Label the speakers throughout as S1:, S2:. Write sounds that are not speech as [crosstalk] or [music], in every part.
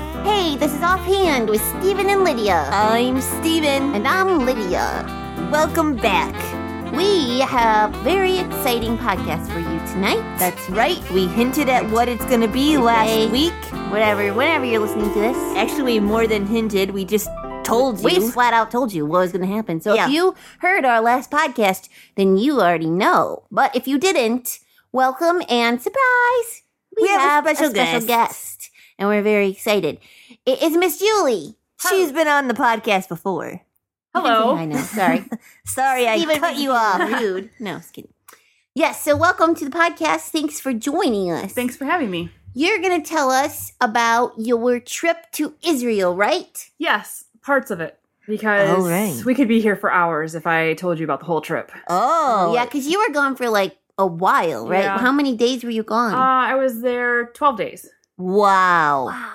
S1: This is Offhand with Steven and Lydia.
S2: I'm Steven.
S1: And I'm Lydia.
S2: Welcome back.
S1: We have very exciting podcast for you tonight.
S2: That's right. We hinted at what it's going to be last
S1: Today.
S2: week.
S1: Whatever, whenever you're listening to this.
S2: Actually, more than hinted, we just told you.
S1: We flat out told you what was going to happen. So
S2: Yeah.
S1: if you heard our last podcast, then you already know. But if you didn't, welcome and surprise!
S2: We have a special guest.
S1: guest, and we're very excited. It is Miss Julie.
S2: She's been on the podcast before.
S3: Hello.
S1: I know. Sorry,
S2: Sorry, I
S1: Even
S2: cut you off.
S1: [laughs] Rude. No, just kidding. Yes. So welcome to the podcast. Thanks for joining us.
S3: Thanks for having me.
S1: You're going to tell us about your trip to Israel, right?
S3: Yes, parts of it. Because
S2: All right.
S3: we could be here for hours if I told you about the whole trip.
S2: Oh,
S1: yeah, because you were gone for like a while, right?
S3: Yeah.
S1: How many days were you
S3: Uh,
S1: gone?
S3: I was there 12 days.
S2: Wow.
S1: Wow.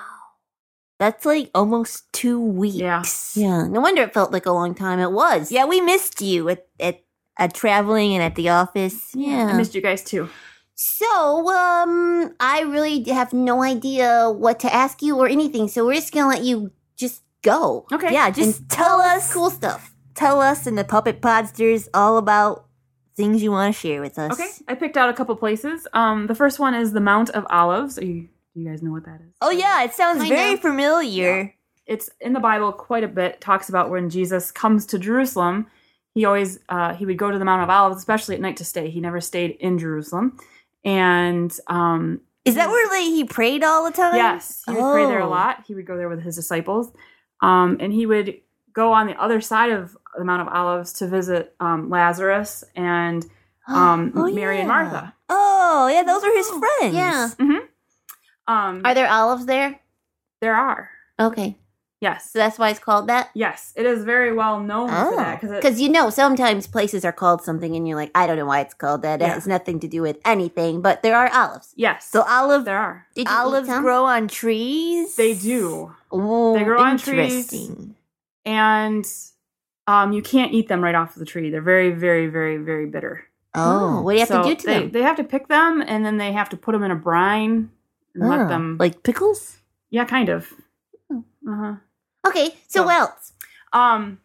S2: That's like almost two weeks.
S1: Yeah. No wonder it felt like a long time. It was.
S2: Yeah, we missed you at, at, at traveling and at the office.
S1: Yeah.
S3: I missed you guys too.
S1: So, um, I really have no idea what to ask you or anything. So we're just gonna let you just go.
S3: Okay.
S2: Yeah, just tell us
S1: Cool stuff.
S2: tell us and the puppet podsters all about things you want to share with us.
S3: Okay. I picked out a couple places. Um, the first one is the Mount of Olives. Are you, do you guys know what that is?
S2: Oh yeah, it sounds
S1: Kind
S2: very
S1: of.
S2: familiar.
S3: It's in the Bible quite a bit. It talks about when Jesus comes to Jerusalem, he always uh, he would go to the Mount of Olives, especially at night to stay. He never stayed in Jerusalem, and um,
S2: Is that where like, he prayed all the time?
S3: Yes, he would pray there a
S2: Oh.
S3: lot. He would go there with his disciples, um, and he would go on the other side of the Mount of Olives to visit um, Lazarus and um,
S2: Oh,
S3: Mary and
S2: yeah.
S3: Martha.
S2: Oh yeah, those are his
S1: Oh,
S2: friends.
S1: yeah.
S3: Um,
S1: Are there olives there?
S3: there are
S1: Okay.
S3: yes,
S1: So that's why it's called that?
S3: yes. It is very well known
S2: Oh,
S3: for that because
S1: Because you know, sometimes places are called something and you're like, I don't know why it's called that. It
S3: Yeah.
S1: has nothing to do with anything, but there are olives.
S3: yes,
S2: So olive
S3: there are.
S1: Did you eat
S2: olives
S1: some?
S2: grow on trees.
S3: They do,
S2: Oh,
S3: They grow on trees.
S2: interesting.
S3: and um, you can't eat them right off the tree. They're very, very, very, very bitter.
S1: Oh, what do you have
S3: So
S1: to do to
S3: they,
S1: them?
S3: They have to pick them, and then they have to put them in a brine and
S2: Oh,
S3: let them.
S2: like pickles.
S3: yeah, kind of.
S1: Oh.
S3: Uh huh.
S1: Okay, so
S3: So-
S1: what else?
S3: Um,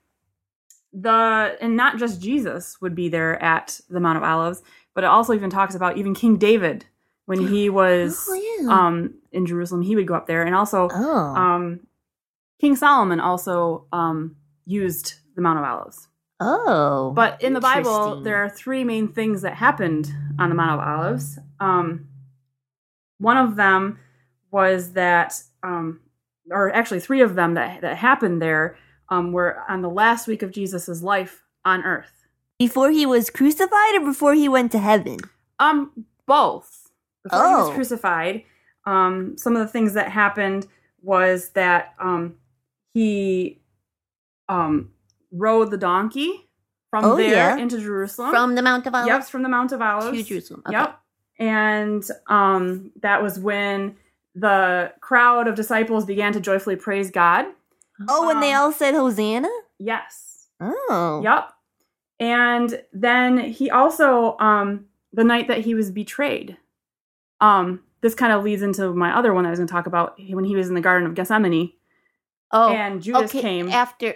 S3: the and not just Jesus would be there at the Mount of Olives, but it also even talks about even King David when he was
S1: Oh, yeah.
S3: um in Jerusalem, he would go up there, and also
S2: Oh,
S3: um, King Solomon also um used the Mount of Olives.
S2: oh,
S3: But in the Bible,
S2: Interesting.
S3: there are three main things that happened on the Mount of Olives. Um, one of them was that, um, or actually, three of them that, that happened there um, were on the last week of Jesus' life on earth.
S2: before he was crucified or before he went to heaven.
S3: Um, both. Before he was
S2: Oh.
S3: crucified, um, some of the things that happened was that um, he um, rode the donkey from
S2: Oh,
S3: there
S2: yeah.
S3: into Jerusalem.
S1: From the Mount of Olives
S3: Yes, from the Mount of Olives.
S1: to Jerusalem. Okay.
S3: Yep. And um, that was when the crowd of disciples began to joyfully praise God.
S2: Oh, and they
S1: Uh-huh.
S3: Um,
S2: all said Hosanna.
S3: Yes.
S2: Oh,
S3: Yep. And then he also, um, the night that he was betrayed, um, this kind of leads into my other one that I was going to talk about when he was in the Garden of Gethsemane
S1: Oh,
S3: and Judas came.
S1: after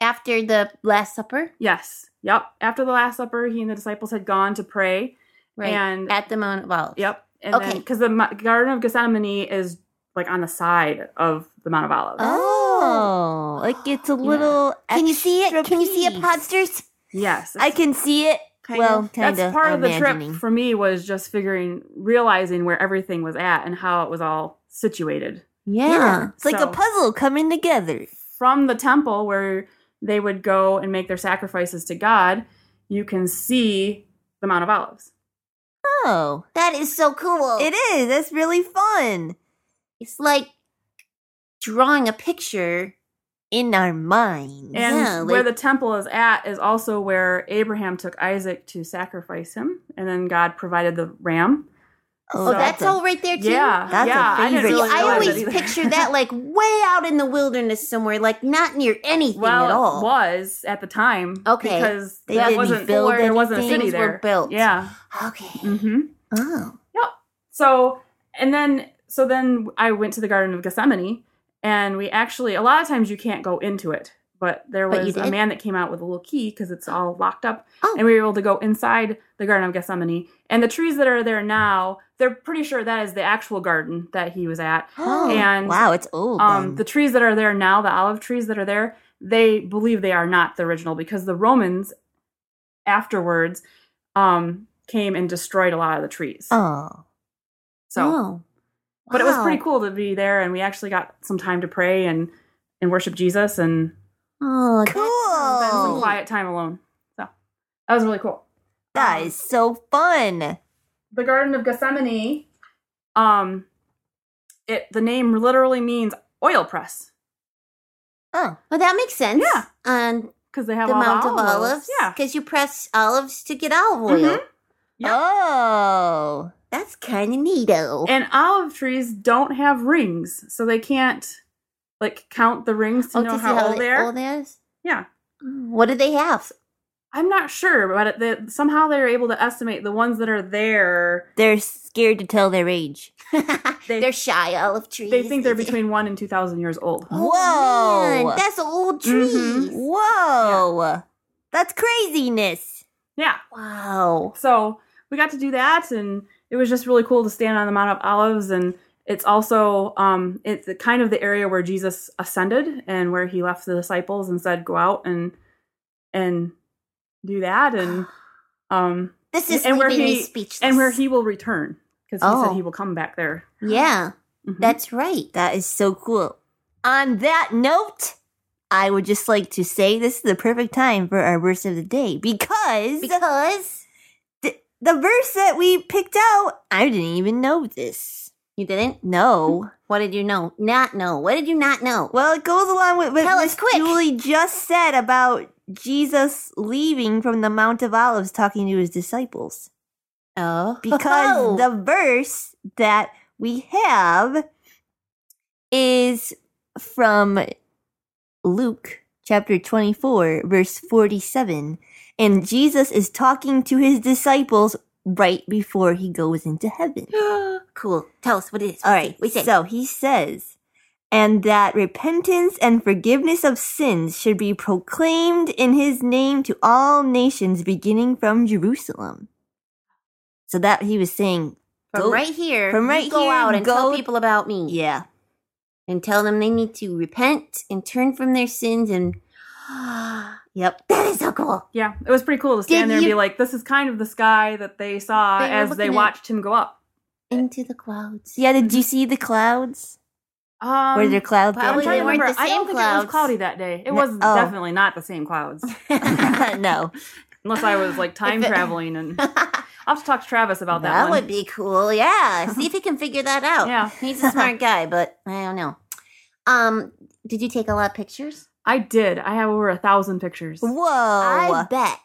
S1: after the Last Supper,
S3: yes. Yep. After the Last Supper, he and the disciples had gone to pray.
S1: right?
S3: And
S1: at the Mount of Olives.
S3: Yep. And okay.
S1: Okay.
S3: Because the Mo- Garden of Gethsemane is like on the side of the Mount of Olives.
S2: Oh, like it's a little.
S1: Can you see it?
S2: extra
S1: Can you see it,
S2: piece.
S1: Podsters?
S3: Yes.
S2: I can see it.
S1: Kind
S2: well,
S1: of.
S2: kind
S3: that's
S2: of.
S3: part of the
S2: imagining.
S3: trip for me was just figuring, realizing where everything was at and how it was all situated.
S2: Yeah,
S1: Yeah,
S2: it's like a
S3: so-
S2: puzzle coming together.
S3: From the temple where they would go and make their sacrifices to God, you can see the Mount of Olives.
S2: Oh,
S1: That is so
S3: Oh.
S1: cool.
S2: it is. That's really fun
S1: It's like drawing a picture.
S2: in our minds.
S3: And
S1: Yeah,
S3: where
S1: like-
S3: the temple is at is also where Abraham took Isaac to sacrifice him, and then God provided the ram.
S1: Oh,
S3: So-
S1: that's
S2: a-
S1: all right there too.
S3: Yeah,
S2: That's a
S3: yeah. I didn't
S2: favorite.
S1: See,
S3: really
S1: I
S3: realize
S1: always
S3: that either. [laughs]
S1: picture that like way out in the wilderness somewhere, like not near anything
S3: well,
S1: at all.
S3: it was at the time.
S1: Okay.
S3: because
S2: They
S3: that
S2: didn't
S3: wasn't
S2: build
S3: there wasn't a
S2: anything.
S3: city
S1: Things were
S3: there.
S1: built.
S3: Yeah.
S1: Okay.
S3: hmm
S2: Oh,
S3: So and then so then I went to the Garden of Gethsemane, and we actually a lot of times you can't go into it but there
S1: But you
S3: was a
S1: did?
S3: man that came out with a little key because it's all locked up
S1: Oh.
S3: and we were able to go inside the garden of gethsemane and the trees that are there now they're pretty sure that is the actual garden that he was at
S1: Oh,
S3: and
S2: Wow, it's old.
S3: um,
S2: then.
S3: the trees that are there now the olive trees that are there they believe they are not the original because the romans afterwards um, came and destroyed a lot of the trees
S2: oh,
S3: so
S1: Oh.
S3: but it was
S1: Wow.
S3: pretty cool to be there and we actually got some time to pray and and worship jesus and
S1: Oh, that-
S3: spend
S2: cool.
S1: Oh.
S3: some quiet time alone so that was really cool
S2: That is so fun.
S3: the garden of gethsemane um it the name literally means oil press
S2: Oh,
S1: well, that makes sense.
S3: Yeah.
S1: On
S3: because they
S1: the
S3: have all
S1: Mount
S3: the
S1: of Olives.
S3: yeah
S1: Because you press olives to get olive oil.
S3: Mhm. Yep.
S2: oh,
S1: That's kind of neato.
S3: and olive trees don't have rings so they can't like count the rings to
S1: Oh,
S3: know
S1: to see
S3: how, old they are
S1: old they is? Mm,
S3: Yeah.
S1: What do they have? [laughs]
S3: i'm not sure but it, that somehow they're able to estimate the ones that are there
S2: they're scared to tell their age.
S1: they, are shy olive trees.
S3: they think they're between one and two thousand years old
S1: Oh,
S2: Whoa.
S1: man, that's old trees.
S3: Mhm.
S2: Whoa, that's craziness.
S3: yeah
S1: Wow.
S3: So we got to do that, and it was just really cool to stand on the Mount of Olives. And it's also um, it's the- kind of the area where Jesus ascended and where he left the disciples and said, "Go out and and do that," and um,
S1: This is
S3: And where
S1: leaving me
S3: he-
S1: speechless.
S3: and where he will return because he
S1: Oh.
S3: said he will come back there.
S1: Yeah,
S3: Mhm.
S1: that's right.
S2: That is so cool. On that note, I would just like to say this is the perfect time for our verse of the day because
S1: Because
S2: th- the verse that we picked out, I didn't even know this.
S1: you didn't.
S2: No.
S1: What did you know? Not know. What did you not know?
S2: Well, it goes along with what
S1: Tell us
S2: Miss
S1: quick.
S2: Julie just said about Jesus leaving from the Mount of Olives talking to his disciples.
S1: Oh, [laughs]
S2: Because the verse that we have is from Luke chapter 24, verse 47. And Jesus is talking to his disciples right before he goes into heaven.
S1: the cool. Tell us what it is.
S2: All right.
S1: we say.
S2: So he says, and that repentance and forgiveness of sins should be proclaimed in his name to all nations, beginning from Jerusalem. So that he was saying,
S1: from
S2: go-
S1: right here,
S2: from
S1: you
S2: right
S1: go
S2: here,
S1: out and
S2: go-
S1: tell people about me,
S2: yeah,
S1: and tell them they need to repent and turn from their sins. And
S2: [gasps] yep, [laughs]
S1: that is so cool.
S3: Yeah, it was pretty cool to stand
S1: Did
S3: there and
S1: you-
S3: be like, "This is kind of the sky that they saw
S1: They were
S3: as they
S1: looking at-
S3: watched him go up."
S1: Into the clouds.
S2: yeah. Did you see the clouds?
S3: Um,
S2: Were there clouds?
S1: probably
S3: I'm
S1: they
S3: trying to
S1: weren't
S3: remember.
S1: the
S3: I
S1: same
S3: don't think it
S1: clouds.
S3: was cloudy that day. It
S2: No-
S3: was
S2: oh.
S3: definitely not the same
S1: [laughs]
S3: clouds.
S2: [laughs] no.
S3: Unless I was like time
S1: If it- [laughs]
S3: traveling, and I'll have to talk to Travis about that,
S1: That
S3: one.
S1: would be cool.
S3: [laughs]
S1: Yeah. See if he can figure that out.
S3: Yeah.
S1: He's [laughs] a smart guy, but I don't know. Um, did you take a lot of pictures?
S3: I did. I have over a thousand pictures.
S2: Whoa.
S1: I bet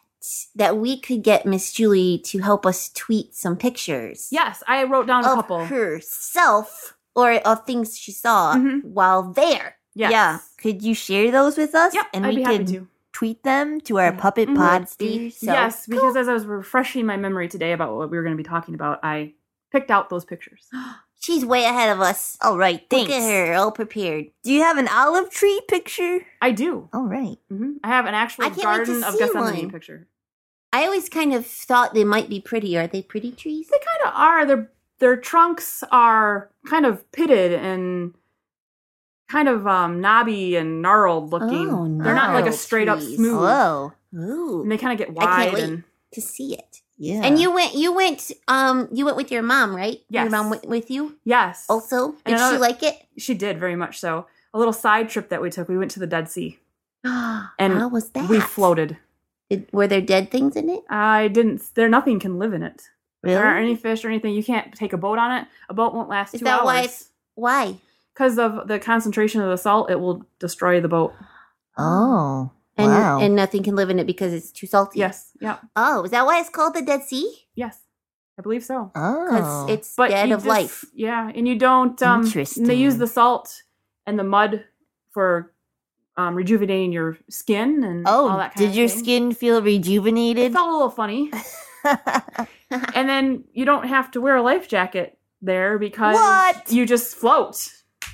S1: that we could get Miss Julie to help us tweet some pictures.
S3: Yes, I wrote down a
S1: of
S3: couple.
S1: herself or of things she saw
S3: Mhm.
S1: while there.
S3: yes.
S2: Yeah. Could you share those with us?
S3: Yep.
S2: and
S3: I'd
S2: we
S3: be happy
S2: can
S3: to.
S2: tweet them to our puppet
S3: Mhm.
S2: pods.
S1: Be so
S3: yes, because as I was refreshing my memory today about what we were going to be talking about, I picked out those pictures.
S1: She's way ahead of us.
S2: All right. Thanks.
S1: Look at her, all prepared.
S2: Do you have an olive tree picture?
S3: I do.
S2: All right.
S3: hmm I have an
S1: Mm-hmm. I
S3: actual
S1: can't wait to
S3: Garden of
S1: see
S3: Gethsemane
S1: one.
S3: picture.
S1: I always kind of thought they might be pretty. Are they pretty trees?
S3: They kind of are. Their their trunks are kind of pitted and kind of um, knobby and gnarled looking.
S1: Oh,
S3: They're not like a
S1: gnarled
S3: straight up
S1: trees.
S3: smooth.
S2: Whoa.
S1: Ooh,
S3: And they kind of get
S1: I can't
S3: wide
S1: wait.
S3: and
S1: to see it.
S2: Yeah.
S1: And you went, you went, um, you went with your mom, right? Your
S3: Yes.
S1: mom went with you
S3: yes.
S1: also. Did
S3: And
S1: she
S3: another-
S1: like [gasps] it?
S3: She did very much so. A little side trip that we took, we went to the Dead Sea.
S1: and how was that?
S3: We floated.
S1: Did, were there dead things in it?
S3: I didn't. There, nothing can live in it. There aren't
S2: really?
S3: any fish or anything. You can't take a boat on it. A boat won't last
S1: Is
S3: two
S1: that
S3: hours.
S1: why it's- Why?
S3: Because of the concentration of the salt, it will destroy the boat.
S2: Oh.
S1: And
S2: wow.
S1: and nothing can live in it because it's too salty.
S3: Yes. Yeah.
S1: Oh, is that why it's called the Dead Sea?
S3: Yes. I believe so.
S2: oh.
S1: Because it's
S3: But
S1: dead
S3: you
S1: of
S3: just-
S1: life.
S3: Yeah, and you don't. Um,
S2: Interesting.
S3: They use the salt and the mud for um, rejuvenating your skin and all
S2: oh.
S3: that kind
S2: Did
S3: of
S2: your
S3: thing.
S2: skin feel
S3: It
S2: rejuvenated?
S3: felt a little funny. and then you don't have to wear a life jacket there
S2: [laughs]
S3: because
S2: What?
S3: you just float.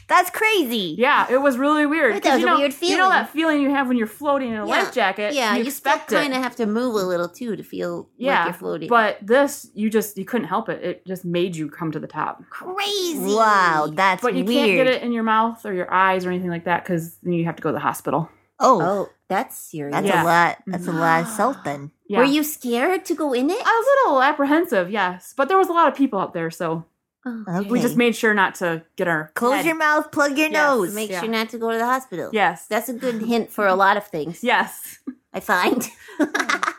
S2: That's crazy.
S3: Yeah, it was really weird.
S1: That
S3: 'cause,
S1: was
S3: you
S1: a
S3: know,
S1: weird
S3: You know
S1: feeling.
S3: that feeling you have when you're floating in a life jacket.
S1: Yeah,
S3: and
S1: you,
S3: you,
S1: still
S3: expect
S1: kind
S3: it.
S1: of have to move a little too to feel
S3: Yeah,
S1: like you're floating.
S3: But this, you just you couldn't help it. It just made you come to the top.
S1: crazy.
S2: Wow, that's
S3: But you
S2: weird.
S3: can't get it in your mouth or your eyes or anything like that because then you have to go to the hospital.
S2: Oh,
S1: Oh, that's serious.
S2: that's a
S3: Yeah.
S2: lot. That's a lot of
S1: Mm-hmm.
S2: salt then.
S3: Yeah.
S1: Were you scared to go in it?
S3: a little apprehensive? Yes, but there was a lot of people out there, so
S1: Oh,
S2: Okay.
S3: we just made sure not to get our
S2: [gasps] Close
S3: head-
S2: your mouth, plug your
S3: Yes.
S2: nose.
S1: Make
S3: Yeah.
S1: sure not to go to the hospital.
S3: yes,
S1: That's a good hint for a lot of things,
S3: yes. [laughs]
S1: I find. [laughs]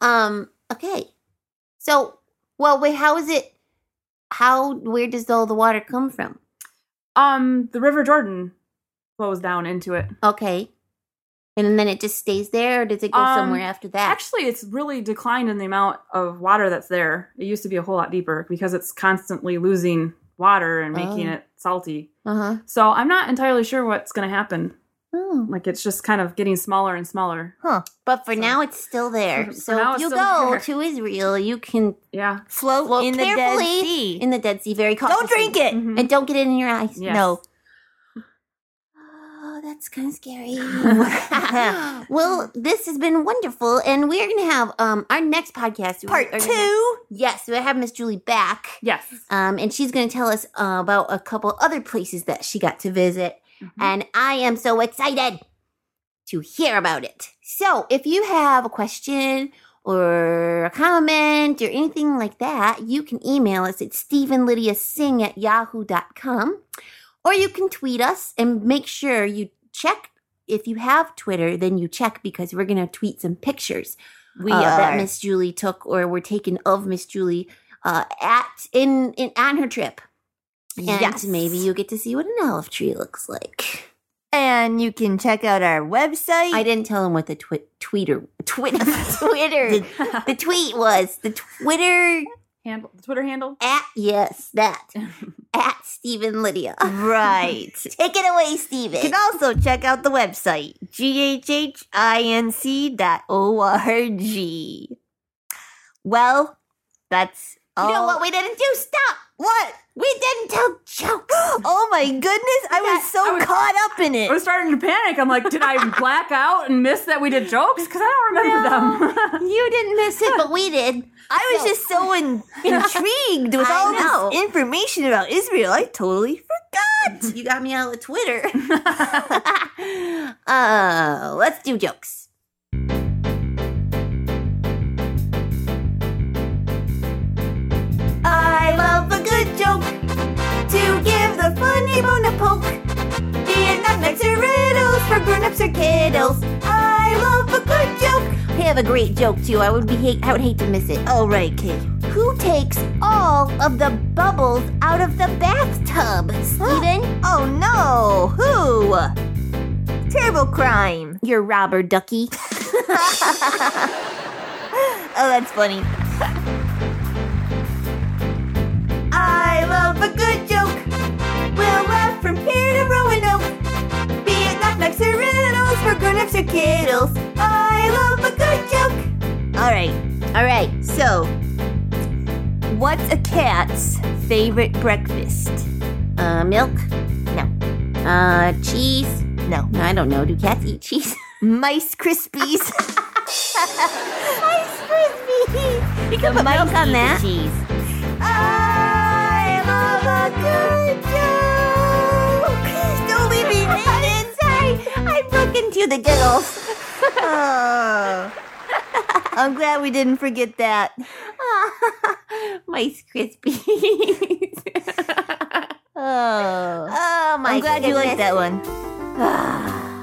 S1: um, okay. So, well, wait, how is it? How, where does all the water come from?
S3: Um, the River Jordan flows down into it.
S1: Okay. And then it just stays there, or does it go
S3: Um,
S1: somewhere after that?
S3: Actually, it's really declined in the amount of water that's there. It used to be a whole lot deeper because it's constantly losing water and making
S1: Oh.
S3: it salty.
S1: uh-huh.
S3: So I'm not entirely sure what's going to happen.
S1: Oh.
S3: Like it's just kind of getting smaller and smaller.
S1: But for
S3: So-
S1: now, it's still there.
S3: For
S1: So
S3: now,
S1: if
S3: it's
S1: you
S3: still
S1: go
S3: there.
S1: to Israel, you can
S3: Yeah.
S2: float
S1: Float
S2: in the Dead
S1: carefully
S2: Sea.
S1: in the Dead Sea very cautiously.
S2: Don't drink it.
S3: Mhm.
S1: And don't get it in your eyes.
S3: Yes.
S2: No.
S1: Oh, that's kind of scary. [laughs] well, this has been wonderful, and we're going to have um our next podcast. we
S2: Part
S1: are gonna-
S2: two.
S1: yes, we have Miss Julie back,
S3: Yes.
S1: um, and she's going to tell us uh, about a couple other places that she got to visit,
S3: Mhm.
S1: and I am so excited to hear about it. So, if you have a question or a comment or anything like that, you can email us at StephenLydiaSing at yahoo.com or you can tweet us and make sure you check. If you have Twitter, then you check because we're going to tweet some pictures uh,
S2: We
S1: that
S2: are.
S1: Miss Julie took or were taken of Miss Julie uh, at in, in on her trip. And
S2: Yes.
S1: maybe you get to see what an olive tree looks like.
S2: And you can check out our website. [laughs]
S1: I didn't tell him what the twi- tweeter, Twitter, [laughs] Twitter,
S3: The
S1: the tweet was. The Twitter
S3: [laughs] handle, the Twitter handle.
S1: at yes that [laughs] at Stephen Lydia.
S2: right.
S1: Take it away,
S2: You
S1: Stephen.
S2: can also check out the website, ghhinc dot org. Well, that's all.
S1: You know what we didn't do? Stop.
S2: What?
S1: Oh. We didn't tell jokes.
S2: [gasps] Oh my goodness, I was
S3: Yeah,
S2: so
S3: I was-
S2: caught up in
S3: I was
S2: it.
S3: starting to panic. I'm like, did I black out and miss that we did jokes? Because I don't remember them. [laughs]
S1: You didn't miss it, but we did.
S2: I was
S1: No.
S2: just
S1: [laughs]
S2: so in- intrigued with
S1: I
S2: all
S1: know.
S2: this information about Israel. I totally
S1: [laughs]
S2: forgot.
S1: You got me out of Twitter. [laughs] uh, let's do jokes.
S2: I love a good joke to give the funny bone a poke. Being nutmegs or riddles for grown-ups or kiddos. I love a good joke.
S1: I have a great joke too. I would be hate. I would hate to miss it.
S2: All right, Kate.
S1: Who takes all of the bubbles out of the bathtub, Stephen?
S2: Oh no, who? Terrible crime.
S1: You're robber ducky.
S2: Oh, that's funny. I love a good joke. We'll laugh from here to Roanoke. Be it knock-knocks or riddles for grown-ups or kiddos. I love a good joke. All right,
S1: all right.
S2: so what's a cat's favorite breakfast?
S1: Uh, milk?
S2: No.
S1: Uh, cheese?
S2: No.
S1: I don't know. Do cats eat cheese?
S2: [laughs] Mice Krispies. [laughs] Mice Krispies. You can put
S1: Milk on that? Cheese.
S2: I love a good joke. [laughs]
S1: [laughs]
S2: Don't leave me hanging. Sorry, I broke into the giggles. oh. I'm glad we didn't forget that.
S1: [laughs] Mice [laughs] Krispies.
S2: Oh.
S1: oh my!
S2: I'm glad you
S1: goodness.
S2: liked that one.
S1: [sighs]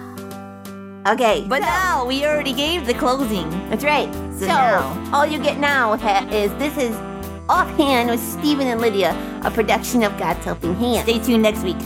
S1: Okay,
S2: But now we already gave the closing.
S1: that's right.
S2: So
S1: So,
S2: now-
S1: all you get now ha- is this is offhand with Stephen and Lydia, a production of God's Helping Hand.
S2: Stay tuned next week.